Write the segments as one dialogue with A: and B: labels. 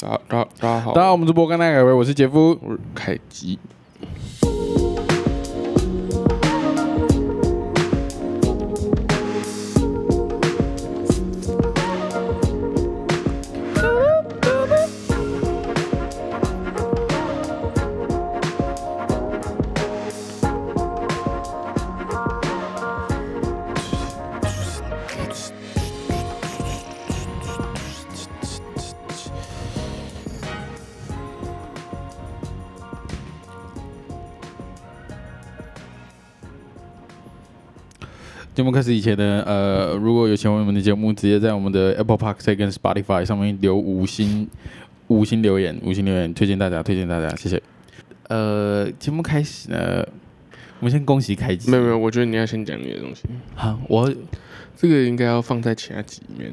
A: 大家大家大家好，
B: 大家好，我们是波干奈改为，我是杰夫。
A: 我是凯吉。
B: 节目开始以前呢，呃，如果有喜欢我们的节目，直接在我们的 Apple Park 跟 Spotify 上面留五星五星留言，五星留言推荐大家，推荐大家，谢谢。呃，节目开始呢，我们先恭喜凯基。
A: 没有没有，我觉得你要先讲你的东西，
B: 好，我
A: 这个应该要放在其他集里面。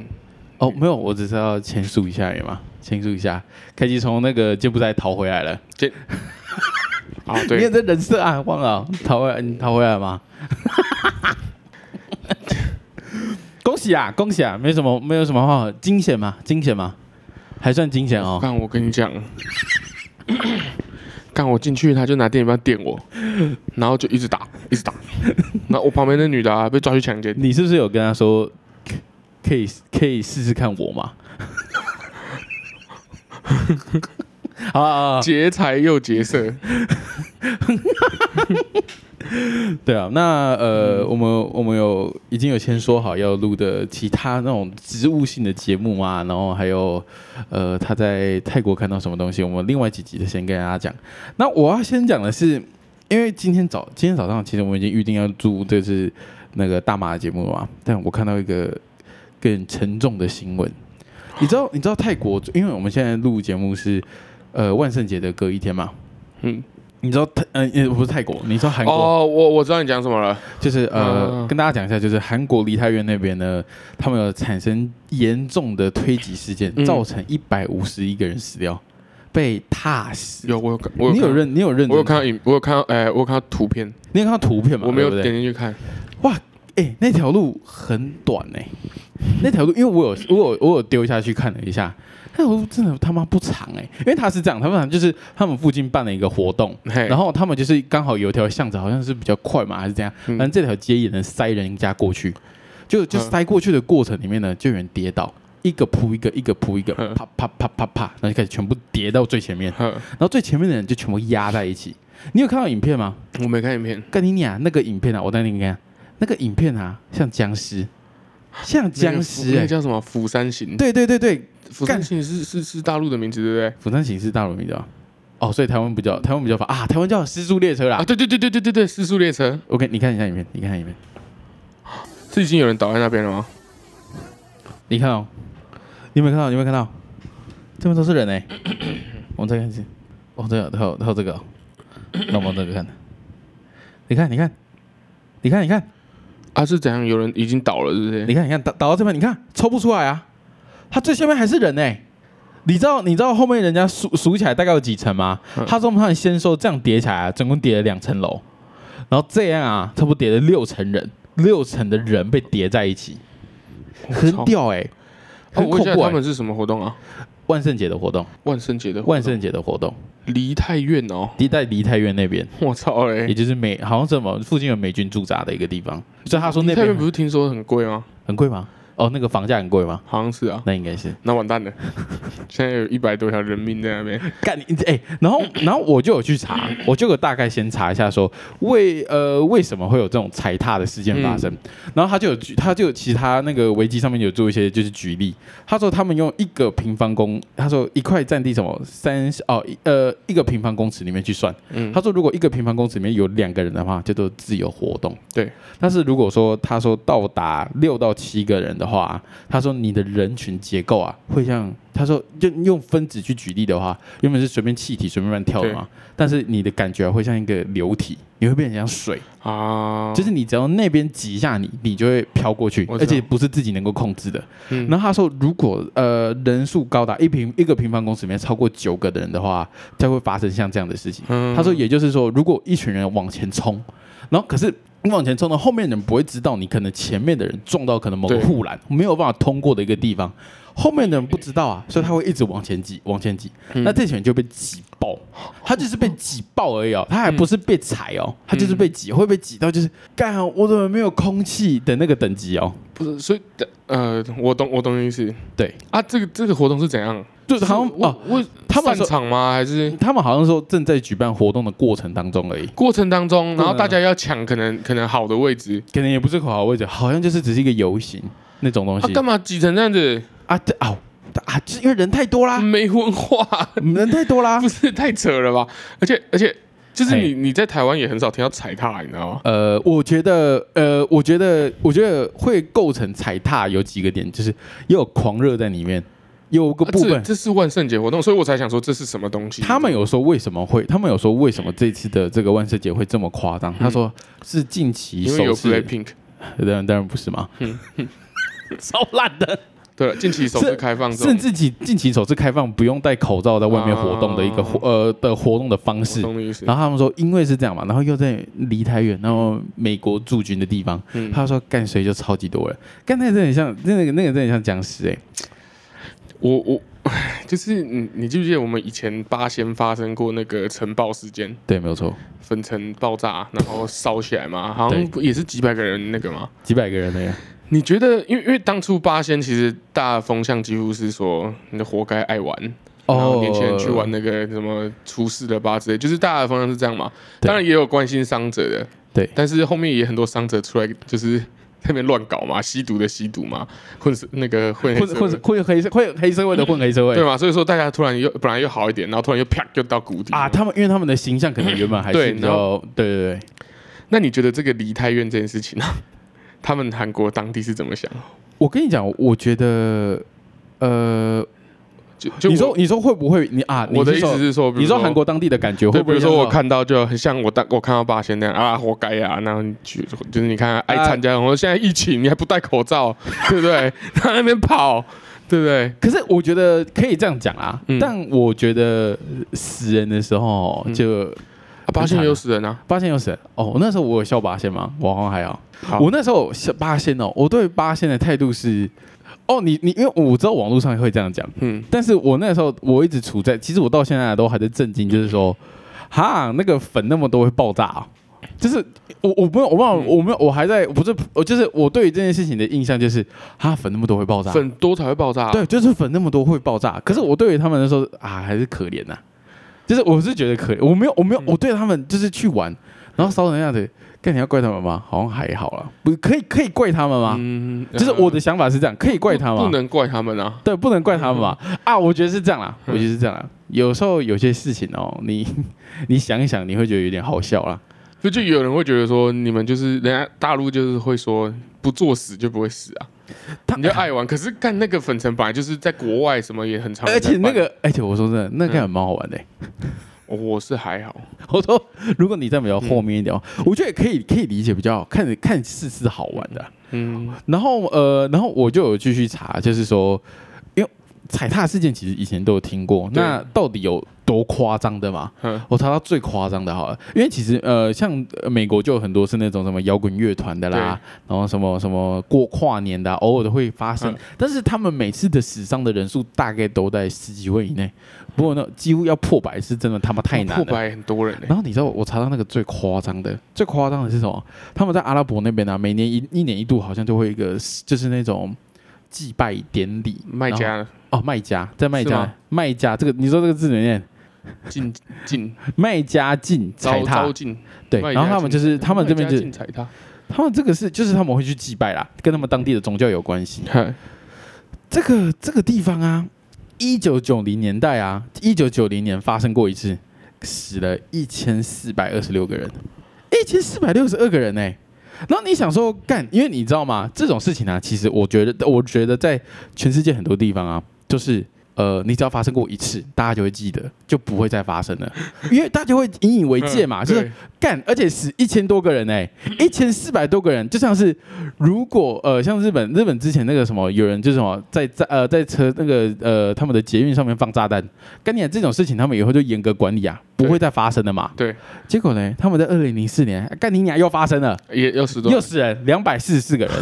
B: 哦没有，我只是要前述一下而已嘛，前述一下，凯基从那个柬埔寨逃回来了。
A: 啊，
B: 你
A: 对
B: 也，在人设啊，忘了哦逃回来，你逃回来吗？ 恭喜啊，恭喜啊！没什么，没有什么话好，惊险吗？惊险吗？还算惊险哦。
A: 干我跟你讲， 干我进去他就拿电影棒电我，然后就一直打一直打，然后我旁边那女的啊被抓去强奸，
B: 你是不是有跟他说，可以可以试试看我吗？ 好啊好啊，好啊
A: 劫财又劫色，
B: 对啊，那呃，我们我们有已经有先说好要录的其他那种植物性的节目嘛，然后还有呃他在泰国看到什么东西，我们另外几集的先跟大家讲。那我要先讲的是，因为今天早今天早上其实我们已经预定要录这次那个大马的节目了嘛，但我看到一个更沉重的新闻，你知道你知道泰国，因为我们现在录节目是呃万圣节的隔一天嘛，
A: 嗯，
B: 你知道泰嗯、呃、不是泰国，你知道韩国。
A: 哦，我我知道你讲什么了，
B: 就是呃，
A: 嗯
B: 跟大家讲一下，就是韩国梨泰院那边呢，他们有产生严重的推挤事件，
A: 嗯
B: 造成一百五十一个人死掉，被踏死。
A: 有我有看，我
B: 你有
A: 看
B: 认你有认真
A: 我有看到影，我有看到，哎、我有看到图片，
B: 你有看到图片吗？
A: 我没有
B: 对不
A: 点
B: 对
A: 进去看。
B: 哇，哎、那条路很短哎、 那条路因为我有我有我有丢下去看了一下，那条路真的他妈不长哎、因为他是这样，他们就是他们附近办了一个活动，
A: 嘿，
B: 然后他们就是刚好有一条巷子，好像是比较快嘛，还是怎样？
A: 嗯
B: 反正这条街也能塞人家过去，就就
A: 嗯
B: 塞过去的过程里面呢，就有人跌倒，一个扑一个，一个扑一个，
A: 嗯
B: 啪啪啪啪啪，然后就开始全部跌到最前面，
A: 呵，
B: 然后最前面的人就全部压在一起。你有看到影片吗？
A: 我没看影片，
B: 干你娘！那个影片啊，我带你看，那个影片啊，像僵尸，像僵
A: 那
B: 尸
A: 个
B: 哎、
A: 那个叫什么？釜山行，
B: 对对对对，
A: 釜山行是是是大陆的名字，对不对？
B: 釜山行是大陆名字啊。哦，所以台湾不叫台湾不叫法啊，台湾叫失速列车啦
A: 啊，。对对对对对对对，四速列车
B: OK，你看一下影片，你看一下影片，
A: 是已经有人倒在那边了吗？
B: 你看哦，你有没有看到？你有没有看到？这边都是 人哎、我们再看一次。哦，这个，它有它有这个、哦，那我们这个看。你看，你看，你看，你看，
A: 啊，是怎样？有人已经倒了，是不是？
B: 你看，你看，打打到这边，你看抽不出来啊！它最下面还是人哎、你知道你知道后面人家数数起来大概有几层吗
A: 嗯？
B: 他说他们先说这样叠起来、啊，总共叠了两层楼，然后这样啊，差不多叠了六层人，六层的人被叠在一起，很
A: 操
B: 屌哎、
A: 哦
B: 很
A: 我
B: 恐
A: 问一下
B: 怖、
A: 他
B: 欸
A: 们。是什么活动啊？
B: 万圣节的活动。
A: 万圣节的活动
B: 万圣节的活动，
A: 梨泰院哦，
B: 一在梨泰院那边，
A: 我操欸
B: 也
A: 嘞！
B: 就是美，好像什么附近有美军驻扎的一个地方，所以他说那
A: 梨泰
B: 边
A: 院不是听说很贵吗？
B: 很贵吗？哦，那个房价很贵吗？
A: 好像是啊，
B: 那应该是
A: 那完蛋了， 现在有一百多条人命在那边。
B: 干你哎、然后然后我就有去查，我就有大概先查一下说为呃为什么会有这种踩踏的事件发
A: 嗯
B: 生，然后他就有举他就有其他那个维基上面有做一些就是举例，他说他们用一个平方公，他说一块占地什么三十哦一呃一个平方公尺里面去算，
A: 嗯
B: 他，说，如果一个平方公尺里面有两个人的话，叫做自由活动。
A: 对，
B: 但是如果说他说到达六到七个人的话，他说你的人群结构啊，会像他说就用分子去举例的话，原本是随便气体随便乱跳的嘛，但是你的感觉啊会像一个流体，你会变成像水，
A: 啊，
B: 就是你只要那边挤一下你，你就会飘过去，
A: 我知
B: 而
A: 道
B: 且不是自己能够控制的。
A: 嗯
B: 然后他说，如果呃人数高达一平一个平方公尺里面超过九个的人的话，才会发生像这样的事情。
A: 嗯
B: 他说，也就是说，如果一群人往前冲，然后可是你往前冲呢，后面的人不会知道你可能前面的人撞到可能某个
A: 对
B: 护栏，没有办法通过的一个地方，后面的人不知道
A: 嗯
B: 啊，所以他会一直往前挤，往前挤。那这群人就被挤爆，他就是被挤爆而已哦，他还不是被踩哦，
A: 嗯
B: 他就是被挤，会被挤到就是干啊，我怎么没有空气的那个等级哦？
A: 不是，所以呃，我懂我懂你意思
B: 对，
A: 啊。这个这个活动是怎样？
B: 就是好像哦，
A: 我
B: 他们
A: 散
B: 说
A: 场吗？还是
B: 他们好像说正在举办活动的过程当中而已，
A: 过程当中，然后
B: 对
A: 大家要抢可能可能好的位置？
B: 可能也不是口号位置，好像就是只是一个游行那种东
A: 啊，
B: 西
A: 干嘛挤成这样子？
B: 啊这啊啊，就是因为人太多啦，
A: 没文化，
B: 人太多啦
A: 嗯不。是太扯了吧？而且而且，就是
B: 嘿
A: 你你在台湾也很少听到踩踏，你知道吗？
B: 呃，我觉得，呃，我觉得，我觉得会构成踩踏有几个点，就是也有狂热在里面，有个
A: 啊
B: 部分
A: 这，这是万圣节活动，所以我才想说这是什么东西。
B: 哦他们有说为什么会，他们有说为什么这次的这个万圣节会这么夸张？他说是近期
A: 嗯因为
B: 首
A: 有
B: 次，
A: Blackpink，
B: 当然当然不 是嘛，超烂的，
A: 对了，近期首次开放这
B: 甚
A: 种
B: 至近近期首次开放不用戴口罩在外面活动的一个活、
A: 啊
B: 呃的活动的方
A: 活
B: 式。
A: 动的意思。
B: 然后他们说，因为是这样嘛，然后又在离太远，然后美国驻军的地方，
A: 嗯
B: 他说干谁就超级多人，干那个真的很像，那个那个真的很像僵尸哎、
A: 我我就是你，你记不记得我们以前八仙发生过那个城爆事件，
B: 对，没有错，
A: 粉尘爆炸，然后烧起来嘛？好像
B: 对
A: 不也是几百个人那个嘛？
B: 几百个人那个，
A: 你觉得，因为因为当初八仙其实大的风向几乎是说，你的活该爱玩，然
B: 哦
A: 后年轻人去玩那个什么出事的吧之类，就是大家的方向是这样嘛。
B: 对
A: 当然也有关心伤者的，
B: 对
A: 但是后面也很多伤者出来就是。在那边乱搞嘛，吸毒的吸毒嘛，混是那个混黑
B: 混
A: 社会
B: 混混黑社混黑社 会的混黑社会，
A: 对嘛？所以说大家突然又本来又好一点，然后突然又啪就到谷底
B: 啊，他们因为他们的形象可能原本还是
A: 对
B: 比
A: 然
B: 较，对对对，
A: 那你觉得这个梨泰院这件事情呢、啊他们韩国当地是怎么想？
B: 我跟你讲，我觉得，呃，
A: 就就
B: 你
A: 我
B: 说你说会不会你啊？你
A: 我的
B: 是
A: 意
B: 说
A: 思，是说，比
B: 你
A: 如
B: 说韩国当地的感觉会
A: 对，
B: 不
A: 比
B: 会
A: 如说
B: 让
A: 我
B: 到
A: 看到就很像我当我看到八仙那样啊，活该啊，然后你去就是你看爱
B: 啊
A: 参加，我说现在疫情你还不戴口 罩，对不对？他那边跑，对不对？
B: 可是我觉得可以这样讲啊，
A: 嗯
B: 但我觉得死人的时候
A: 嗯
B: 就
A: 啊，八仙有死人啊，
B: 八仙有死人哦。我那时候我有笑八仙吗？我好像还好。
A: 好
B: 我那时候笑八仙哦，我对八仙的态度是，哦，你你因为我知道网络上会这样讲，
A: 嗯，
B: 但是我那时候我一直处在，其实我到现在都还在震惊，就是说，哈，那个粉那么多会爆炸、啊。就是我我没有我忘
A: 嗯
B: 了我没有我还在我不是我就是我对于这件事情的印象就是哈粉那么多会爆炸，
A: 粉多才会爆炸，
B: 啊
A: 啊
B: 对，就是粉那么多会爆炸。可是我对于他们来说啊，还是可怜呐、就是我是觉得可怜，我没有，我
A: 嗯
B: 没有，我对他们就是去玩，然后烧成那样子，干你要怪他们吗？好像还好啦，不可以可以怪他们吗？
A: 嗯，
B: 就是我的想法是这样，可以怪他
A: 不
B: 吗？
A: 能嗯怪他们啊，
B: 对，不能怪他们嘛。啊，我觉得是这样啦，
A: 嗯
B: 我觉得是这样啦。有时候有些事情哦，你你想一想，你会觉得有点好笑啦。
A: 就就有人会觉得说，你们就是人家大陆就是会说不作死就不会死啊，
B: 他
A: 你就爱玩，可是干那个粉尘本来就是在国外什么也很常，
B: 而且那个，而且我说真的，那个还蛮好玩的欸、
A: 哦我是还好，
B: 我说，如果你在比较后面一点哦，
A: 嗯
B: 我觉得也可以可以理解，比较看看似是好玩的啊。
A: 嗯，
B: 然后呃，然后我就有继续查，就是说，因为踩踏事件其实以前都有听过，
A: 对
B: 那到底有多夸张的嘛？
A: 嗯
B: 我查到最夸张的好了，因为其实呃，像呃美国就有很多是那种什么摇滚乐团的啦，然后什么什么过跨年的啊、偶尔都会发生，
A: 嗯
B: 但是他们每次的死伤的人数大概都在十几位以内，不过呢，几乎要破百是真的他妈太难
A: 破
B: 了。
A: 百很多人、欸，
B: 然后你知道我我查到那个最夸张的，最夸张的是什么？他们在阿拉伯那边呢、啊，每年一一年一度好像就会有一个就是那种祭拜典礼，
A: 卖
B: 然后
A: 家
B: 哦卖家在卖
A: 是
B: 家
A: 吗
B: 卖家这个你说这个字怎么念？
A: 进进
B: 卖家进踩
A: 招
B: 踏
A: 招进，
B: 对，
A: 卖
B: 然后
A: 家
B: 他们
A: 进
B: 就是他们这边
A: 卖家
B: 就是
A: 进踩踏，
B: 他们这个是就是他们会去祭拜啦，跟他们当地的宗教有关系。这个这个地方啊，一九九零年代啊，一九九零年发生过一次，死了一千四百二十六个人，一千四百六十二个人呢、然后你想说干，因为你知道吗？这种事情啊，其实我觉得，我觉得在全世界很多地方啊，就是呃，你只要发生过一次，大家就会记得，就不会再发生了，因为大家会引以 为戒嘛，
A: 嗯
B: 就是
A: 对
B: 干，而且死一千多个人哎、一千四百多个人，就像是如果呃，像日本日本之前那个什么，有人就什么在在呃在车那个呃他们的捷运上面放炸弹，跟你讲啊这种事情，他们以后就严格管理啊，不
A: 对
B: 会再发生了嘛。
A: 对，
B: 结果呢，他们在二零零四年，干你娘又发生了。
A: 也要十多
B: 又死人，两百四十四个人，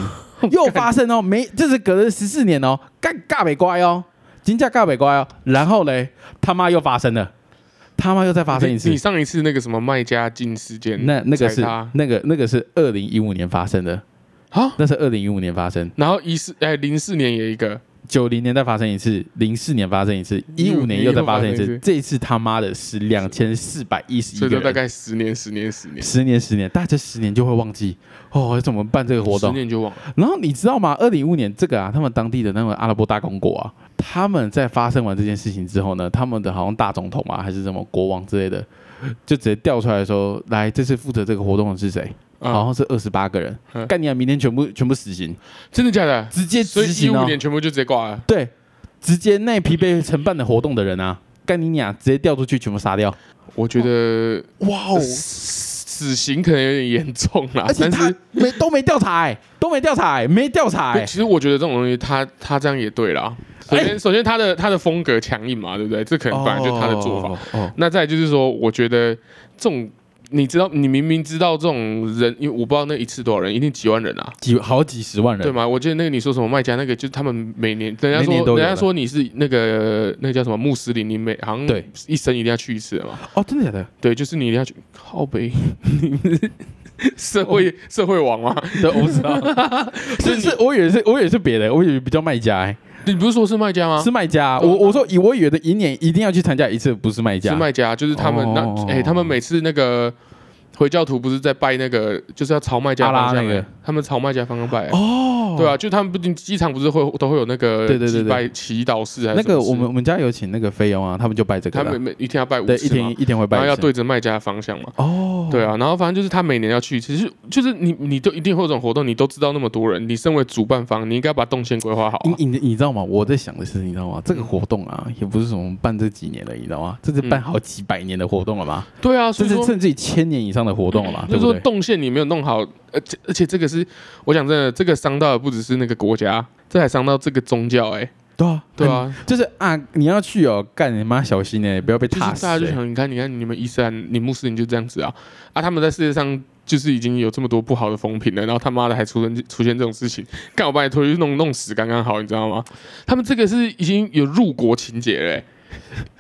B: 又发生哦，没，这是隔了十四年哦，干尬北乖哦，金价尬北乖哦，然后嘞，他妈又发生了，他妈又再发生一
A: 你
B: 次
A: 你，上一次那个什么卖家进事件，
B: 那那个是
A: 踩他
B: 那个那个是二零一五年发生的，
A: 啊，
B: 那是二零一五年发生，
A: 然后一四哎零四年也一个，
B: 九零年再发生一次，零四年发生一次，一五年又再发生一
A: 又发生
B: 次
A: 一次，
B: 这一次他妈的是两千四百一十
A: 所以
B: 一
A: 就
B: 个
A: 大
B: 人，
A: 概十年十年十年，
B: 十年十年，大家这十年就会忘记哦，怎么办这个活
A: 十
B: 动？
A: 年就忘了，
B: 然后你知道吗？二零一五年这个啊，他们当地的那个阿拉伯大公国啊，他们在发生完这件事情之后呢，他们的好像大总统啊，还是什么国王之类的，就直接调出来说，来这次负责这个活动的是谁？
A: 啊
B: 好像是二十八个人，
A: 嗯
B: 干你啊！明天全部全部死刑，
A: 真的假的？
B: 直接
A: 所
B: 执
A: 以一
B: 行
A: 五
B: 哦。
A: 年全部就直接挂了。
B: 对，直接那批被承办的活动的人啊，干你俩直接调出去，全部杀掉。
A: 我觉得
B: 哇哦！
A: 死刑可能有点严重啦
B: 而，且
A: 但
B: 他
A: 是
B: 没都没调查、欸，都没调查、欸，没调查、欸
A: 其，实我觉得这种东西，他他这样也对啦。首
B: 哎
A: 先，首先他的他的风格强硬嘛，对不对？这可能本来就是他的做法。
B: 哦。哦哦
A: 那再来就是说，我觉得这种你知道，你明明知道这种人，因为我不知道那一次多少人，一定几万人啊，
B: 几好几十万人，
A: 对吗？我记得那个你说什么卖家，那个就是他们每年，人家
B: 每年都
A: 说
B: 有
A: 人家
B: 的
A: 说你是那个那个叫什么穆斯林，你每好像
B: 对
A: 一生一定要去一次的嘛。
B: 哦，真的假的？
A: 对，就是你一定要去靠北，你是社
B: 哦
A: 会、社会网吗？
B: 对，我不知 道，是是，我以为是，我以为是别的，我以为比较卖家、欸，
A: 你不是说是卖家吗？
B: 是卖家、
A: 对啊
B: 我我说以我以为的一年一定要去参加一次，不是卖家，
A: 是卖家，就是他们那
B: 哦
A: 哎、他们每次那个回教徒不是在拜那个，就是要朝卖家
B: 阿拉
A: 方向、
B: 那个
A: 哎他们朝卖家方向拜、哎
B: 哦，
A: 对啊，就他们不仅机场不是会都会有那个
B: 对对对
A: 祭
B: 对
A: 拜祈祷室还是
B: 那
A: 什
B: 个
A: 么事
B: 我们我们家有请那个菲佣啊，他们就拜这个
A: 他
B: 啦，
A: 们每一天要拜五
B: 对
A: 次
B: 一天
A: 嘛
B: 一天会
A: 然
B: 拜
A: 后
B: 一
A: 要
B: 次，
A: 对着卖家方向嘛。
B: 哦，
A: 对啊，然后反正就是他每年要去一次，其实就是你你都一定会有这种活动，你都知道那么多人，你身为主办方，你应该把动线规划好、啊。
B: 你你你知道吗？我在想的是，你知道吗？这个活动啊，也不是什么办这几年了，你知道吗？这是办好几百年的活动了嘛，
A: 对啊，所以
B: 甚至
A: 嗯说嗯
B: 甚至于千年以上的活动了嘛，
A: 就
B: 对
A: 是
B: 不
A: 说
B: 对？
A: 动线你没有弄好，而且而且这个是我讲真的，这个伤到的不只是那个国家，这还伤到这个宗教、哎，
B: 对啊，
A: 对啊，
B: 就是啊，你要去哦，干你妈小心呢、不要被
A: 就是
B: 踏
A: 大
B: 死、
A: 家就
B: 欸。
A: 想，你看你看你们伊斯兰、你穆斯林就这样子啊啊，他们在世界上。就是已经有这么多不好的风评了，然后他妈的还出生出现这种事情， 干我把你推去弄弄死刚刚好，你知道吗？他们这个是已经有入国情节了、哎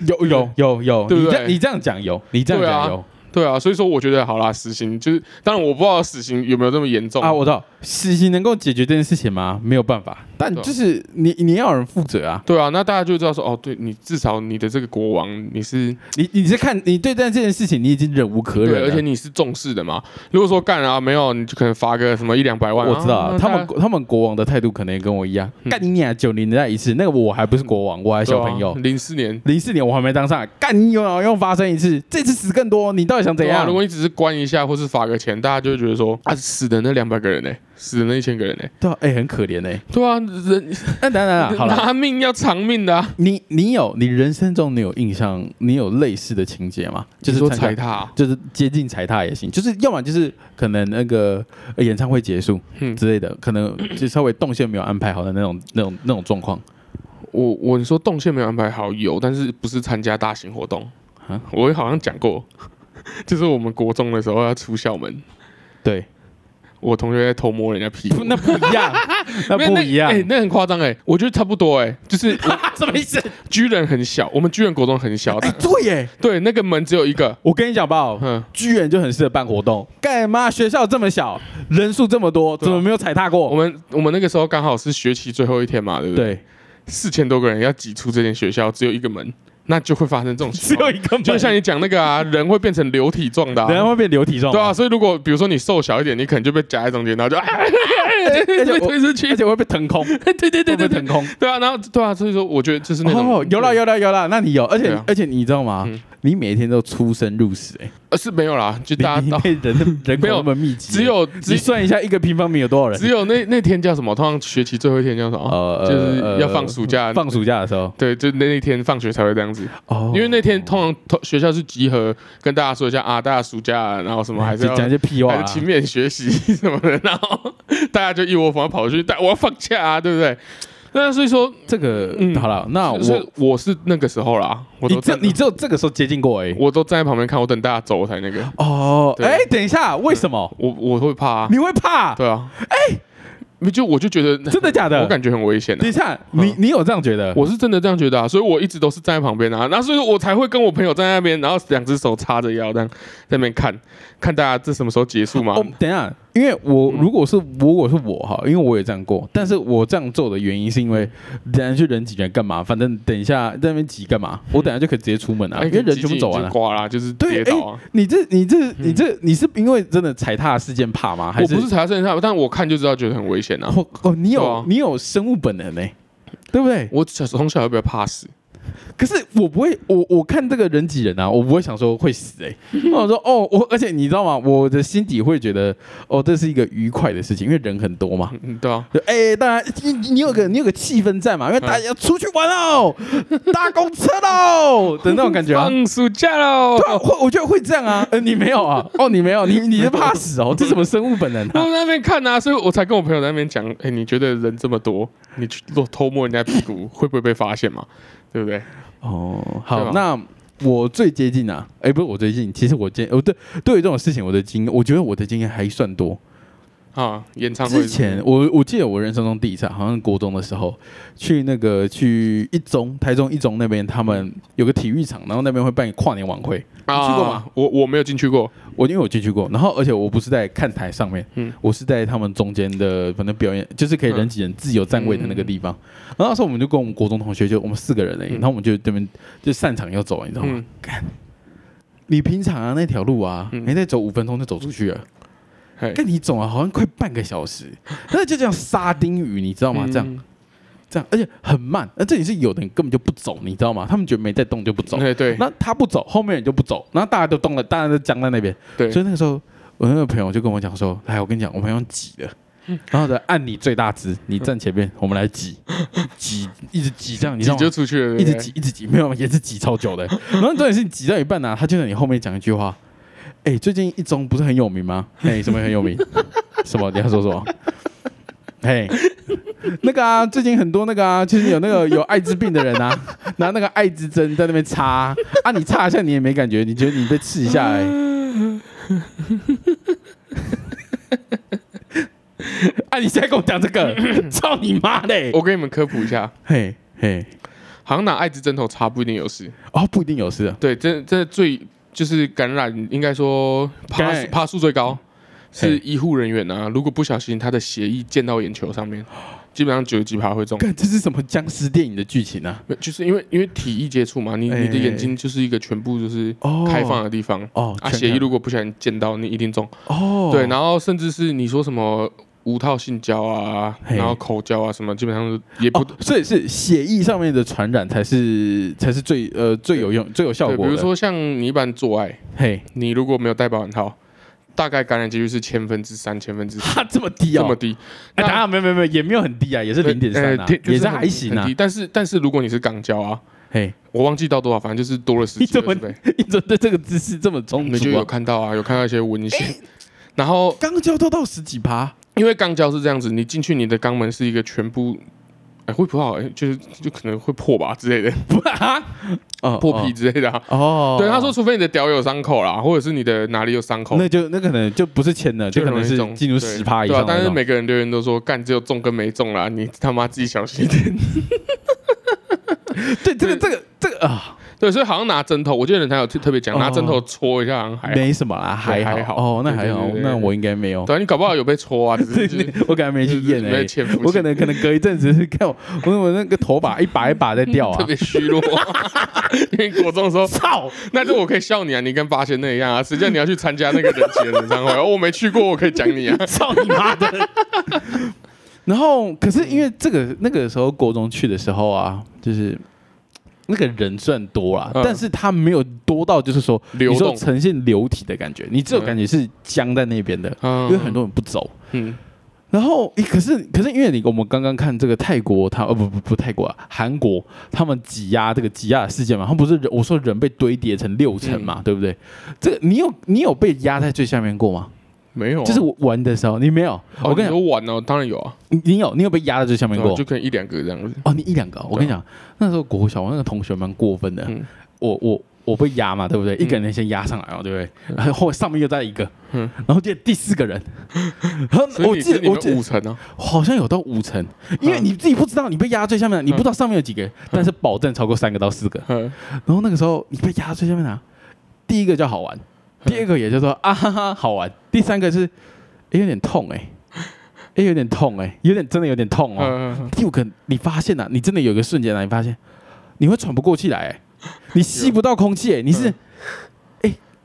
B: 有有有有，
A: 对不
B: 你这
A: 对
B: 样你这样讲有，你这样讲有
A: 对啊，所以说我觉得好啦，死刑就是，当然我不知道死刑有没有这么严重
B: 啊，我知道死刑能够解决这件事情吗？没有办法，但
A: 对啊
B: 就是你你要有人负责啊，
A: 对啊，那大家就知道说，哦，对你至少你的这个国王你是
B: 你你是看你对待这件事情你已经忍无可忍
A: 对，
B: 了，
A: 而且你是重视的嘛。如果说干啊没有，你就可能罚个什么一两百万啊、
B: 我知道啊
A: 那
B: 他
A: 大家
B: 们他们国王的态度可能也跟我一样，
A: 嗯
B: 干你俩九零年代一次，那个我还不是国王，我还小朋友，
A: 啊零四、04年
B: 零四年我还没当上，干你有脑用发生一次，这次死更多，你到底想怎
A: 对啊
B: 样
A: 如？果你只是关一下或是罚个钱，大家就会觉得说啊，死的那两百个人呢、欸死的那一千个人呢、欸
B: 对啊，哎，很可怜哎，
A: 对啊， 人
B: 那当然啊了，好了，
A: 拿命要偿命的、啊，
B: 你你有你人生中你有印象，你有类似的情节吗？就是
A: 你说
B: 参加
A: 踩踏啊、
B: 就是接近踩踏也行，就是要么就是可能那个呃演唱会结束
A: 嗯
B: 之类的，可 能就稍微动线没有安排好的那种那种那种状况。
A: 我我你说动线没有安排好有，但是不是参加大型活动
B: 啊？
A: 我好像讲过， 就是我们国中的时候要出校门，
B: 对，
A: 我同学在偷摸人家屁
B: 不
A: 股，
B: 那不一样， 那
A: 没有
B: 不一样
A: 哎、，那很夸张哎，我觉得差不多哎、就是我
B: 什么意思？
A: 居然很小，我们居然国中很小，
B: 哎，
A: 但
B: 哦对耶，
A: 对那个门只有一个，
B: 我跟你讲吧，
A: 嗯，
B: 居然就很适合办活动。干嘛？学校这么小，人数这么多，
A: 对啊
B: 怎么没有踩踏
A: 我
B: 过？
A: 们我们那个时候刚好是学期最后一天嘛，对不对？
B: 对，
A: 四千多个人要挤出这间学校，只有一个门，那就会发生这种
B: 只
A: 情
B: 有
A: 况。
B: 一个门，
A: 就像你讲那个啊，人会变成流体状的、
B: 人
A: 啊。
B: 会被流体状，
A: 对啊，所以如果比如说你瘦小一点，你可能就被夹在中间，然后就，对，被推出去
B: 而，且会被腾 空，
A: 对对对对对
B: 会被腾
A: 对，
B: 空。
A: 对啊，然后对啊，所以说我觉得就是那种
B: 哦，有啦有啦有啦，那你有，而且、
A: 对啊
B: 而且你知道吗？
A: 嗯
B: 你每天都出生入死、欸，
A: 呃是没有啦，就大
B: 你
A: 家到
B: 你被人的人口
A: 没有
B: 那么密集，欸
A: 只有
B: 你
A: 只
B: 算一下一个平方米有多少人？
A: 只有那那天叫什么？通常学期最后一天叫什么？
B: 呃
A: 就是要放暑假，
B: 放暑假的时候，
A: 对，就那那天放学才会这样子，
B: 哦
A: 因为那天通常通学校是集合，跟大家说一下啊，大家暑假然后什么还是要
B: 讲讲一些屁话、
A: 还
B: 啊
A: 是，勤勉学习什么的，然后 大家就一窝蜂跑去，但我要放假啊，对不对？那所以说，
B: 这个、
A: 嗯
B: 好了，那
A: 那
B: 啊我
A: 我我是那个时候啦，我
B: 你
A: 都
B: 这
A: 站
B: 你只有这个时候接近过哎、
A: 我都站在旁边看，我等大家走我才那个，
B: 哦，
A: 对
B: 哎、等一下，为什么、
A: 我我会怕啊，
B: 你会怕？
A: 对啊，哎，就我就觉得
B: 真的假的？
A: 我感觉很危险啊
B: 等一下，你你有这样觉得？
A: 我是真的这样觉得啊，所以我一直都是站在旁边啊，那所以我才会跟我朋友站在那边，然后两只手叉着腰，这样在那边看看大家这什么时候结束嘛。
B: 哦，等一下，因为我
A: 嗯
B: 如果是如果是我哈，因为我也这样过，但是我这样做的原因是因为，
A: 嗯
B: 等一下去人挤人干嘛？反正等一下在那边挤干嘛？我等一下就可以直接出门啊，
A: 嗯哎
B: 因为人全部走完
A: 已
B: 了
A: 经。挂啦，就是
B: 对哎
A: 跌倒啊。
B: 你这你这你这你是因为真的踩踏事件怕吗？还
A: 嗯我
B: 是
A: 不是踩到身上，但我看就知道觉得很危险 啊。
B: 哦哦，你
A: 对
B: 有
A: 啊
B: 你有生物本能呢、对不对？
A: 我小从小就比较怕死，
B: 可是我不会，我我看这个人挤人啊，我不会想说会死 哎、欸，我想说哦，我而且你知道吗？我的心底会觉得哦，这是一个愉快的事情，因为人很多嘛。
A: 嗯，对 啊，
B: 对，哎、当然，你你有个你有个气氛在嘛，因为大家要出去玩喽， 搭公车喽的那种感觉啊。
A: 放暑假喽
B: 对。啊，会我觉得会这样啊。呃，你没有啊？ 哦，你没有，你你是怕死哦？这什么生物本能
A: 然
B: 啊？
A: 后在那边看啊，所以我才跟我朋友在那边讲，哎、你觉得人这么多，你去偷偷摸人家屁股会不会被发现嘛？对不对？
B: 哦，
A: 对
B: 好
A: 吧，
B: 那我最接近啊，哎、不是我最近，其实我接我对对于这种事情，我的经验，我觉得我的经验还算多。
A: 啊，演唱会啊
B: 之前我我记得我人生中第一次，啊好像国中的时候，去那个去一中台中一中那边，他们有个体育场，然后那边会办跨年晚会。
A: 啊
B: 你去过吗？
A: 我我没有进去过，
B: 我因为我进去过，然后而且我不是在看台上面，
A: 嗯
B: 我是在他们中间的，反正表演就是可以人挤人自由站位的那个地方。然后那时候我们就跟我们国中同学，就我们四个人而
A: 嗯
B: 已，然后我们就这边就散场要走，你知道吗？
A: 嗯
B: 你平常啊那条路啊，
A: 嗯
B: 你再走五分钟就走出去了，
A: 嘿
B: 跟你走啊好像快半个小时， 那就这样沙丁鱼，你知道吗？这样
A: 嗯
B: 这样，而且很慢。那这里是有的人根本就不走，你知道吗？他们觉得没在动就不走。
A: 对对
B: 那他不走，后面人就不走，然后大家都动了，大家都僵在那边。
A: 对，
B: 所以那个时候，我那个朋友就跟我讲说：“来，我跟你讲，我们要用挤的，然后呢，按你最大值，你站前面，我们来挤，挤，一直挤这样，你知
A: 挤
B: 道
A: 就
B: 吗？
A: 出去了，
B: 一
A: 对
B: 直
A: 不对
B: 挤，一直挤，没有，也是挤超久的。 然后重点是你挤到一半呢、他就在你后面讲一句话：，哎、最近一中不是很有名吗？哎、什么很有名？ 什么？你要说什么？”嘿，那个啊，最近很多那个啊，就是有那个有艾滋病的人啊，拿那个艾滋针在那边插啊，啊你插一下你也没感觉，你觉得你被刺一下哎、 啊！你现在跟我讲这个， 操你妈嘞！
A: 我给你们科普一下，
B: 嘿嘿，
A: 好像拿艾滋针头插不一定有事。
B: 哦，不一定有事啊。
A: 对，这这最就是感染，应该说
B: 感
A: 趴
B: 染
A: 数趴数最高是
B: 嘿
A: 医护人员啊。如果不小心他的血液溅到眼球上 面，基本上九十几趴会中。
B: 看这是什么僵尸电影的剧情啊？
A: 没有就是因为因为体液接触嘛，你你的
B: 哎
A: 眼睛就是一个全部就是
B: 哦
A: 开放的地方
B: 哦
A: 啊，
B: 全
A: 血液
B: 看
A: 如果不小心溅到，你一定中。
B: 哦，
A: 对，然后甚至是你说什么无套性交啊，
B: 嘿
A: 然后口交啊什么，基本上也不
B: 哦，所以是血液上面的传染才是才是最呃最有用最有效
A: 对，
B: 果
A: 比
B: 的。
A: 如说像你一般做爱，
B: 嘿，
A: 你如果没有戴保险套，大概感染几率是千分之三、千分之四
B: 哈这么低
A: 这
B: 哦，
A: 么低。
B: 哎，
A: 那
B: 当然没有没有没有也没有很低啊，也是零点三
A: 呃，
B: 啊
A: 就是
B: 也是
A: 很
B: 还行啊
A: 很低。但是但是如果你是港交啊，
B: 嘿，
A: 我忘记到多少，反正就是多了十
B: 你
A: 几
B: 怎么
A: 二十倍，
B: 你怎么对这个姿势这么
A: 你
B: 充
A: 们就
B: 足
A: 有
B: 啊？
A: 看到啊，有看到一些文献。然后
B: 刚交都到十几趴，
A: 因为肛交是这样子，你进去你的肛门是一个全部。哎，会不好，哎就是就可能会破吧之类的，
B: 不啊，哦
A: 破皮之类的、啊。
B: 哦。
A: 对，他说，除非你的屌有伤口啦，或者是你的哪里有伤口，
B: 那就那可能就不是签了，就可
A: 很
B: 能
A: 容易
B: 是
A: 中
B: 进入
A: 对
B: 十趴以
A: 对啊
B: 上。
A: 但是每个人留言都说，干只有中跟没中 啦，你他妈自己小心一点。
B: 对这个这个这个啊，
A: 对，所以好像拿针头，我记得人家有特特别讲，
B: 哦
A: 拿针头戳一下好像还好。
B: 没什么啦，还
A: 还
B: 好
A: 好
B: 哦，那
A: 对
B: 还
A: 对
B: 好
A: 对，对
B: 那我应该没有，
A: 对啊，你搞不好有被戳啊，只是就是
B: 我感觉 没去验
A: 就是
B: 诶
A: 被，潜伏
B: 我
A: 期
B: 可能可能隔一阵子是看我我我那个头发一把一把在掉
A: 特
B: 啊，
A: 别虚弱。因为国中的时候，
B: 操，
A: 那就我可以笑你啊，你跟八仙那 样啊，实际上你要去参加那个人杰的演唱会，哦我没去过，我可以讲你啊。
B: 操你妈的！ 然后，可是因为这个那个时候国中去的时候啊，就是那个人算多啦，
A: 嗯
B: 但是他没有多到就是说
A: 流
B: 你说
A: 动
B: 呈现流体的感觉，你只有
A: 嗯
B: 感觉是僵在那边的，
A: 嗯
B: 因为很多人不走。
A: 嗯
B: 然后，诶可是可是因为你我们刚刚看这个泰国，他呃不不不泰国啊，韩国他们挤压这个挤压的事件嘛，他们不是人我说人被堆叠成六层嘛，
A: 嗯
B: 对不对？这个你有你有被压在最下面过吗？
A: 没有啊，
B: 就是我玩的时候，你没有？
A: 哦
B: 我跟
A: 你
B: 你
A: 说玩哦，当然有啊，
B: 你你有你有被压在最下面
A: 对啊
B: 过？
A: 就可能一两个这样子。
B: 哦，你一两个哦，我跟你讲，那时候国小我那个同学蛮过分的，
A: 嗯
B: 我我我被压嘛，对不对？一个人先压上来哦，对不对？ 然后后上面又再一个，
A: 嗯
B: 然后接第四个人，然后
A: 所以
B: 哦我
A: 你
B: 记
A: 是
B: 得
A: 你
B: 我
A: 们
B: 记
A: 五
B: 得
A: 层啊，
B: 好像有到五层，因为
A: 嗯
B: 你自己不知道你被压最下面，你不知道上面有几个，但是保证超过三个到四个。
A: 嗯
B: 然后那个时候你被压最下面啊，第一个叫好玩，
A: 嗯
B: 第二个也叫做啊哈哈好玩，第三个是哎有点 痛哎、哎有点痛哎、有点真的有点痛哦。
A: 嗯，
B: 第五个，你发现啊，你真的有一个瞬间啊，你发现你会喘不过气来、欸， 你吸不到空气、欸，你是，哎、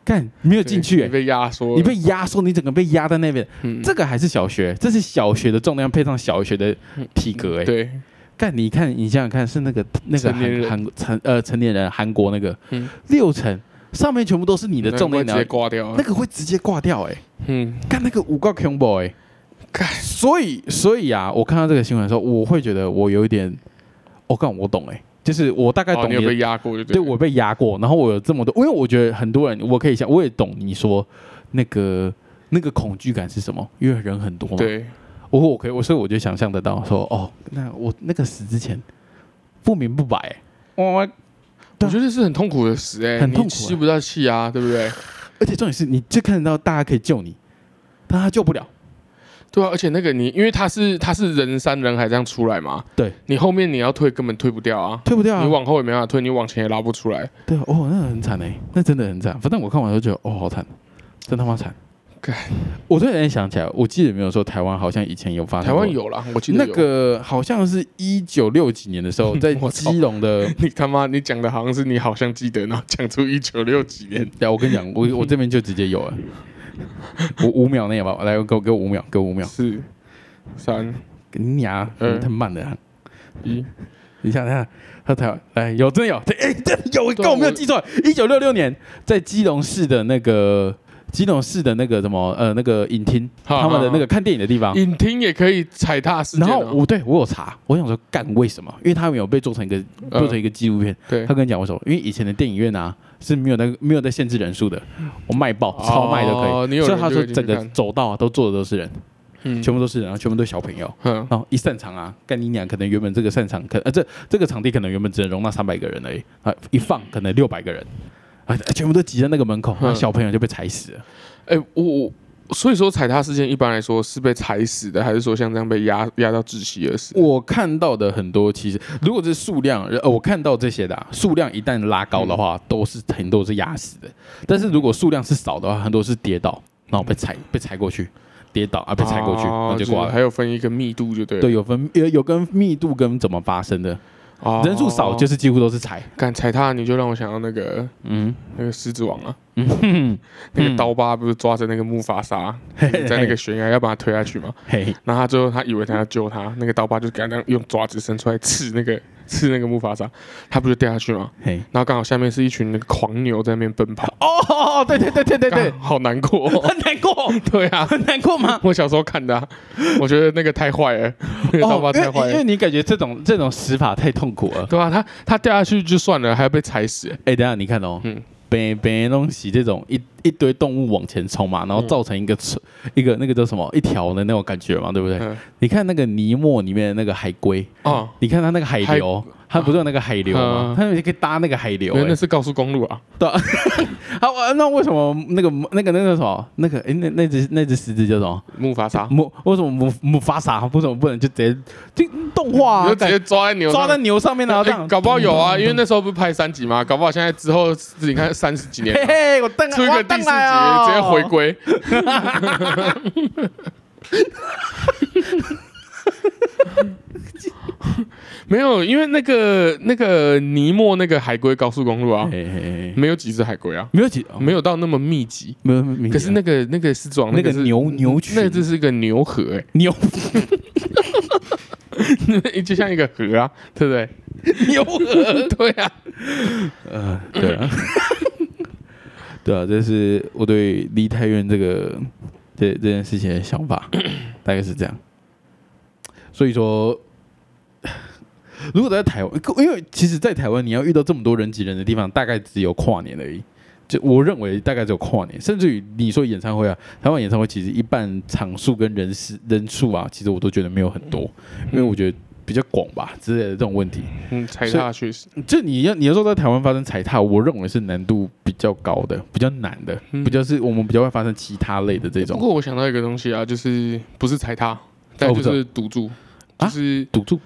B: 干没有
A: 就
B: 进去、
A: 你
B: 欸，
A: 嗯被压缩了，
B: 你被压缩，你整个被压在那边。
A: 嗯
B: 这个还是小学，这是小学的重量配上小学的体格、欸，哎，
A: 嗯对，
B: 干你看，你想想看，是那个那个
A: 成年
B: 韩
A: 人
B: 韩成呃成年人韩国那个、
A: 嗯
B: 六层，上面全部都是你的重量，
A: 难怪直接
B: 然后
A: 挂掉
B: 那
A: 了。
B: 个会直接挂掉、欸，哎。
A: 嗯，
B: 干那个五个 combo 哎、
A: 干
B: 所以所以啊，我看到这个新闻的时候，我会觉得我有一点，我、干我懂哎、就是我大概
A: 哦，
B: 懂
A: 你
B: 你
A: 有
B: 的，
A: 被压过就对
B: 对
A: 了。
B: 我被压过，然后我有这么多，因为我觉得很多人我可以想，我也懂你说那个那个恐惧感是什么，因为人很多嘛，
A: 对，
B: 我我可以我所以我就想象得到说，哦，那我那个死之前不明不白、欸，我
A: 我
B: 对啊
A: 觉得是很痛苦的死哎，
B: 很痛苦啊
A: 你吸不到气啊，对不对？
B: 而且重点是你就看得到大家可以救你，但他救不了，
A: 对啊，而且那个你，因为他是他是人山人海这样出来嘛，
B: 对
A: 你后面你要退根本退不掉啊，
B: 退不掉、啊，
A: 你往后也没办法退，你往前也拉不出来。
B: 对哦，那很惨哎，那真的很惨。反正我看完都觉得，哦，好惨，真他妈惨
A: 干。
B: 我突然间想起来，我记得没有说台湾好像以前有发生
A: 台
B: 过，
A: 湾有啦，我记得
B: 啊那
A: 有。
B: 个好像是一九六几年的 时候，在
A: 我操
B: 基隆的。
A: 你他妈，你讲的好像是你好像记得，然后讲出一九六几 年，
B: 对啊，我跟你讲，我我这边就直接 有了，我五秒内吧，来给我给我五秒，给我五秒，
A: 四、三、
B: 给你俩
A: 嗯
B: 太慢了啊、
A: 一，
B: 你想想，他台湾来有真的有，对，哎、真的有，
A: 对啊
B: 跟我没有
A: 我
B: 记错，一九六六年在基隆市的那个基隆市的那个什么呃那个影厅，
A: 好
B: 他们的
A: 好
B: 那个看电影的地方。
A: 影厅也可以踩踏事件
B: 啊然
A: 哦。
B: 后我对我有查，我想说干为什么？因为他们有被做成一个
A: 呃
B: 做成一个纪录片。
A: 对
B: 他，跟你讲为什么？因为以前的电影院啊是没有那个没有在限制人数的，我卖爆超卖都可以。
A: 哦你有
B: 所以
A: 人
B: 他
A: 就
B: 说
A: 会进去
B: 整个
A: 看
B: 走道啊都坐的都是人，
A: 嗯
B: 全部都是人，然后全部都是小朋友。
A: 嗯
B: 然后一散场啊，干你娘！可能原本这个散场可呃这这个场地可能原本只能容纳三百个人而已啊，一放可能六百个人啊，全部都挤在那个门口，
A: 嗯
B: 然后小朋友就被踩死了。
A: 哎、我我所以说踩踏事件一般来说是被踩死的，还是说像这样被压压到窒息而死？
B: 我看到的很多，其实如果是数量，呃，我看到这些的、啊、数量一旦拉高的话，
A: 嗯
B: 都是很多是压死的。但是如果数量是少的话，很多是跌倒，然后被踩被踩过去，跌倒啊被踩过去，然
A: 哦
B: 后就是挂了。
A: 还有分一个密度就对了。
B: 对，有分有有跟密度跟怎么发生的，
A: 哦
B: 人数少就是几乎都是踩。
A: 敢踩踏，你就让我想到那个
B: 嗯，
A: 那个狮子王啊，
B: 嗯哼
A: 那个刀疤不是抓着那个木法沙、在那个悬崖要把他推下去嘛？
B: 嘿，
A: 然后他最后他以为他要救他，那个刀疤就给他那样用爪子伸出来刺那个刺那个木法沙，他不就掉下去吗？
B: 嘿，
A: 然后刚好下面是一群那个狂牛在那边奔跑，
B: 哦，对对对对对对
A: 干，好难过、 哦。
B: 很难过，
A: 对啊，
B: 很难过吗？
A: 我小时候看的、啊，我觉得那个太坏了，那个刀疤太
B: 哦因
A: 坏
B: 为因
A: 了
B: 为。你感觉这种这种死法太痛苦了。
A: 对啊，他他掉下去就算了，还要被踩死、欸。
B: 哎、等一下你看哦，嗯
A: 嗯，
B: 北北东西这种一一堆动物往前冲
A: 嗯
B: 嘛，然后造成一个、一个那个叫什么一条的那种感觉嘛，对不对？
A: 嗯
B: 你看那个尼莫里面的那个海龟，
A: 哦，
B: 你看它那个海流，它不是有那个海流吗
A: 嗯？
B: 它也可以搭那个海流、
A: 因为那
B: 欸。
A: 是高速公路啊，
B: 对啊，好、啊，那为什么那个那个那个什么那个哎诶，那那只那只狮子叫什么？
A: 木法沙，
B: 母为什么母母法傻？为什么不能就直接就动画、
A: 你
B: 啊？
A: 就直接抓在牛
B: 抓
A: 上
B: 在牛上面然后这样、
A: 哎搞不好有啊，因为那时候不是拍三集吗？搞不好现在之后，你看三十几年
B: 嘿
A: 了，
B: 嘿，我瞪啊
A: 出一
B: 我
A: 个第
B: 瞪
A: 四集，
B: 来啊
A: 直接回 归。 没有，因为那个那个尼莫那个海龟高速公路啊，
B: 嘿嘿嘿
A: 没有几只海龟啊，
B: 哦没有几，哦
A: 没有到那么密集。
B: 没有没有，
A: 可是那个那个是装
B: 那
A: 个
B: 个
A: 是
B: 牛牛群
A: 那这是一个牛河哎、
B: 牛
A: 欸， 就像一个河啊，对不对？
B: 牛
A: 呃，对啊，
B: 呃，对啊，对啊，这是我对离太远这个这这件事情的想法，大概是这样。所以说， 如果在台湾，因为其实，在台湾你要遇到这么多人挤人的地方，大概只有跨年而已。就我认为，大概只有跨年，甚至于你说演唱会啊，台湾演唱会其实一半场数跟人事人数啊，其实我都觉得没有很多，因为我觉得比较广吧之类的这种问题。
A: 嗯，踩踏确实，
B: 就你要你要说在台湾发生踩踏，我认为是难度比较高的，比较难的，
A: 嗯
B: 比较是我们比较会发生其他类的这
A: 不
B: 种
A: 过我想到一个东西啊，就是不是踩踏，但
B: 不
A: 就是是赌注，
B: 啊
A: 就是
B: 赌注。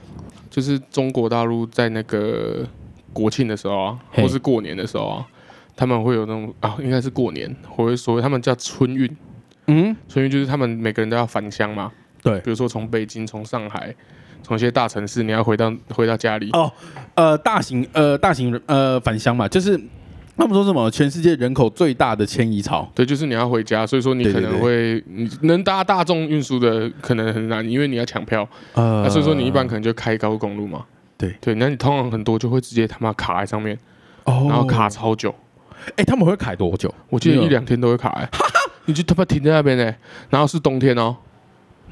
A: 就是中国大陆在那个国庆的时候啊，
B: 嘿
A: 或是过年的时候啊，他们会有那种啊，应该是过年，我会说他们叫春运，
B: 嗯，
A: 春运就是他们每个人都要返乡嘛，
B: 对
A: 比如说从北京、从上海、从一些大城市，你要回到回到家里，
B: 哦，呃，大型呃大型呃返乡嘛，就是他们说什么全世界人口最大的迁移潮。
A: 对，就是你要回家，所以说你
B: 对
A: 可
B: 对
A: 能会你能搭大众运输的可能很难，因为你要抢票，
B: 呃
A: 啊、所以说你一般可能就开高速公路嘛。
B: 对
A: 对，那你通常很多就会直接他妈卡在上面，
B: 哦，
A: 然后卡，超久，
B: 哎、他们会卡多久？
A: 我记得
B: 没有
A: 一两天都会卡、 欸，你就他妈停在那边呢、欸然后是冬天哦、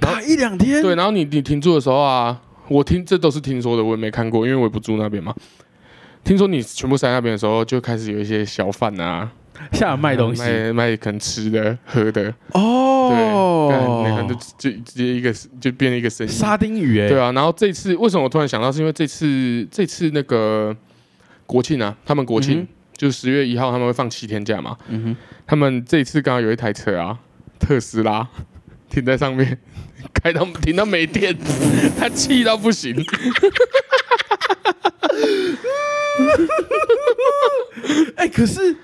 B: 卡一两天。
A: 对，然后你你停住的时候啊，我听这都是听说的，我也没看过，因为我也不住那边嘛。听说你全部塞那边的时候，就开始有一些小贩啊，
B: 下来卖东西。
A: 卖卖可能吃的、喝的，对，干你看就
B: 哦，
A: 就直接一个就变成一个生意，
B: 沙丁鱼、哎，
A: 对啊。然后这次为什么我突然想到，是因为这次这次那个国庆啊，他们国庆、
B: 嗯哼
A: 就是十月一号他们会放七天假嘛，
B: 嗯
A: 他们这次刚好有一台车啊，特斯拉停在上面，开到停到没电， 他气到不行。
B: 哼，哎、可是。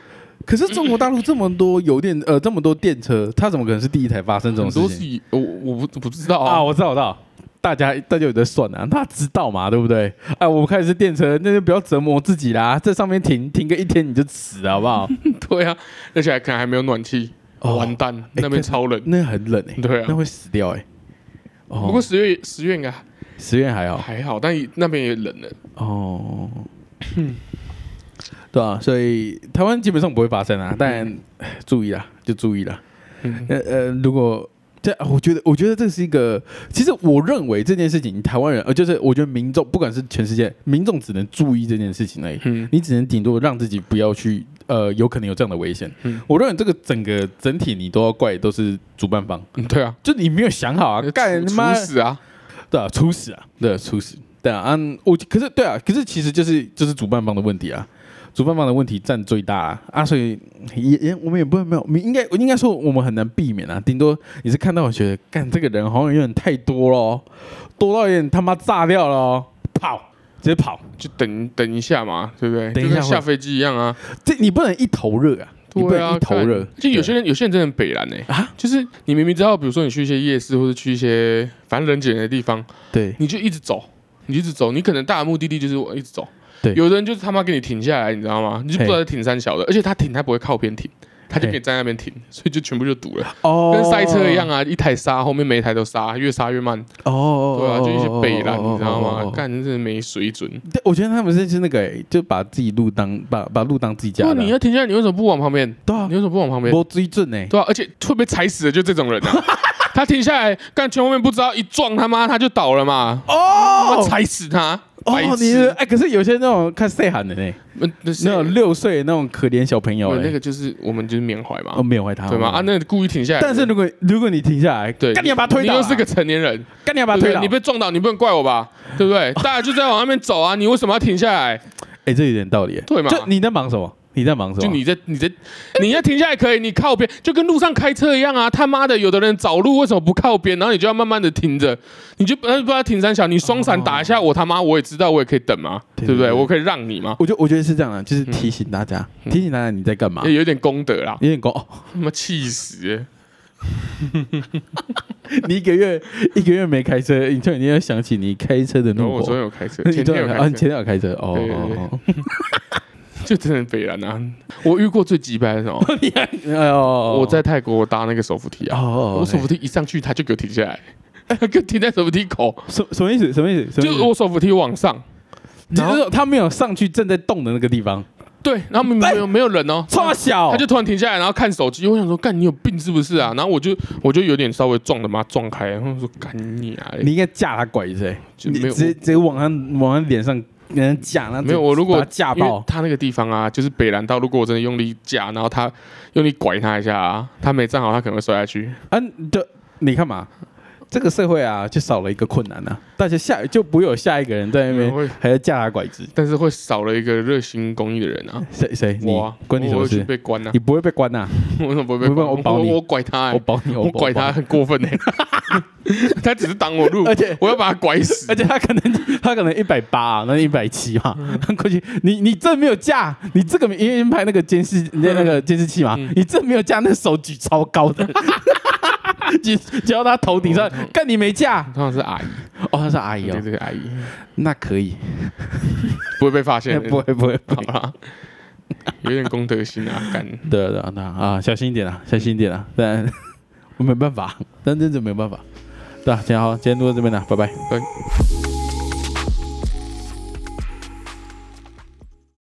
B: 可是中国大陆这么多油电呃这么多电车，它怎么可能是第一台发生这种
A: 很
B: 事
A: 多
B: 情
A: 是？以我我不我不知道
B: 啊，
A: 啊，
B: 我知道，我知道，大家大家有在算啊，他知道嘛，对不对？哎，我们开的是电车，那就不要折磨自己啦，在上面停停个一天你就死了，好不好？
A: 对啊，而且还可能还没有暖气，
B: 哦
A: 完蛋，那边超冷。
B: 那很冷哎、
A: 对啊
B: 那会死掉哎、哦，
A: 不过十月十月应该
B: 十月还好
A: 还好，但那边也冷了。
B: 哦。对啊，所以台湾基本上不会发生啊，但唉注意啦，就注意啦。
A: 嗯
B: 呃呃，如果这，啊我觉得，我觉得这是一个，其实我认为这件事情，台湾人，呃，就是我觉得民众，不管是全世界民众，只能注意这件事情而已。
A: 嗯
B: 你只能顶多让自己不要去，呃，有可能有这样的危险。
A: 嗯
B: 我认为这个整个整体你都要怪都是主办方，
A: 嗯对啊，
B: 就你没有想好啊，干他
A: 处
B: 妈
A: 处死啊！
B: 对啊，出事啊，对啊，出事，对啊，嗯，我可是对啊，可是其实就是就是主办方的问题啊，主办方的问题占最大啊，啊所以也也我们也不会没有，应该应该说我们很难避免啊，顶多你是看到我觉得干这个人好像有点太多咯，多到有点他妈炸掉了哦，跑直接跑，
A: 就等等一下嘛，对不对？
B: 等一下
A: 就跟下
B: 会
A: 飞机一样啊。
B: 这你不能一头热啊，你不
A: 对
B: 能
A: 啊，
B: 一头热
A: 看，就有些人有些人真的很北蓝呢、欸
B: 啊
A: 就是你明明知道，比如说你去一些夜市或者去一些反正人挤人的地方，
B: 对
A: 你就一直走，你就一直走，你可能大的目的地就是我一直走。
B: 对
A: 有的人就是他妈给你停下来，你知道吗？你就不知道停三小的，而且他停他不会靠边停，他就
B: 嘿
A: 可以站在那边停，所以就全部就堵了，
B: 哦
A: 跟塞车一样啊，一台刹，后面每一台都刹，越刹越慢，
B: 哦，
A: 对啊，就一些北
B: 蓝，
A: 蓝，你知道
B: 哦哦哦
A: 吗
B: 哦？
A: 干，真的没水准。
B: 对我觉得他们是是那个、欸，就把自己路当把把路当自己家
A: 那
B: 的啊，
A: 你要停下来，你为什么不往旁边？
B: 对啊
A: 你，为什么不往旁边？
B: 没追准欸呢、
A: 对啊，而且会被踩死的就这种人 啊。他停下来，干全后面不知道一撞他妈他就倒了嘛，
B: 哦
A: 我踩死他，
B: 哦
A: 白，
B: 你
A: 痴。
B: 哎，可是有些那种看岁喊的呢，
A: 那那是
B: 那种六岁那种可怜小朋友
A: 没有
B: 嘞，
A: 那个就是我们就是缅怀
B: 哎
A: 嘛，
B: 哦，缅怀他，
A: 对吗？啊，那个故意停下来的，
B: 但是如果如果你停下来，
A: 对，
B: 干你要把他推倒啊，
A: 你又是个成年人，
B: 干你要把
A: 对不
B: 他推
A: 对？
B: 倒，啊
A: 你被撞倒，你不能怪我吧？对不对？大家就在往那边走啊，你为什么要停下来？
B: 哎，这有点道理，
A: 对嘛
B: 就你在忙什么？你在忙什么？
A: 就你在你在你要停下来可以，你靠边，就跟路上开车一样啊！他妈的，有的人找路为什么不靠边？然后你就要慢慢的停着，你就不哎不要停三小，你双闪打一下，我他妈我也知道，我也可以等嘛，
B: 对
A: 对不对？
B: 对对
A: 我可以让你嘛，
B: 我觉得我觉得是这样的，
A: 嗯
B: 就是提醒大家，提醒大家你在干嘛
A: 也。有点功德啦，
B: 有点高，哦
A: 他妈气死欸！
B: 你一个月一个月没开车，你突然间要想起你开车的
A: 然后
B: 怒
A: 我昨
B: 火。
A: 天有开车，
B: 你
A: 前
B: 昨
A: 天有
B: 天啊，
A: 开
B: 你
A: 车，
B: 前天有开车哦，
A: 对对
B: 哦
A: 就真的北然啊！我遇过最鸡掰的是什么？
B: 哦哎呦，
A: 我在泰国我搭那个手扶梯
B: 哦
A: 啊，
B: 哦，
A: 我手扶
B: 嘿
A: 梯一上去他就给我停下来， 他给我停在手扶梯口，
B: 哦什什么意思？什么意思？什么意
A: 就
B: 思
A: 是我手扶梯往上，
B: 你是说他没有上去正在动的那个地方，
A: 对，然后没有没有人哦，
B: 超小，
A: 他就突然停下来，然后看手机。我想说，干你有病是不是啊？然后我就我就有点稍微撞的妈撞开，然后说干你啊！
B: 你应该架他拐子，哎
A: 就
B: 你
A: 没有
B: 直接直接往他往他脸上给人架，那
A: 没有我如果
B: 把他架
A: 因为
B: 爆，
A: 他那个地方啊，就是北兰道，如果我真的用力架，然后他用力拐他一下啊，他没站好，他可能会摔下去。
B: 啊，就你看嘛，这个社会啊，就少了一个困难啊，大家下就不会有下一个人在那
A: 嗯会
B: 边还要架他拐子，
A: 但是会少了一个热心公益的人啊。
B: 谁谁你
A: 我啊，
B: 关你什
A: 我
B: 么
A: 会去
B: 事？
A: 被关啊！
B: 你不会被关呐、
A: 我怎么不会被关？
B: 我保你
A: 我拐他、
B: 哎
A: 欸，
B: 我保你，
A: 我
B: 保
A: 拐他，很过分呢、欸 他只是挡我路
B: 而，且
A: 我要把他拐死
B: 而。且他可能他可能一百八，啊那一百七嘛，
A: 嗯
B: 他 过去你你这没有架，你这个因为拍那个监视那那 个监视器嘛，
A: 嗯
B: 你这没有架，那手举超高的，举举到他头顶上，干你没架，
A: 通常是阿姨，
B: 哦，他是阿姨
A: 对
B: 哦，
A: 这个阿姨
B: 那可以，
A: 不会被发现
B: 那， 不会不会不
A: 好
B: 会，
A: 啦，有点公德心啊，干。
B: 对啊对啊对啊啊，小心一点啊，小心一点啊，但 我没办法，但真的没办法，对啊，今天好，今天录到这边了，拜拜。
A: 对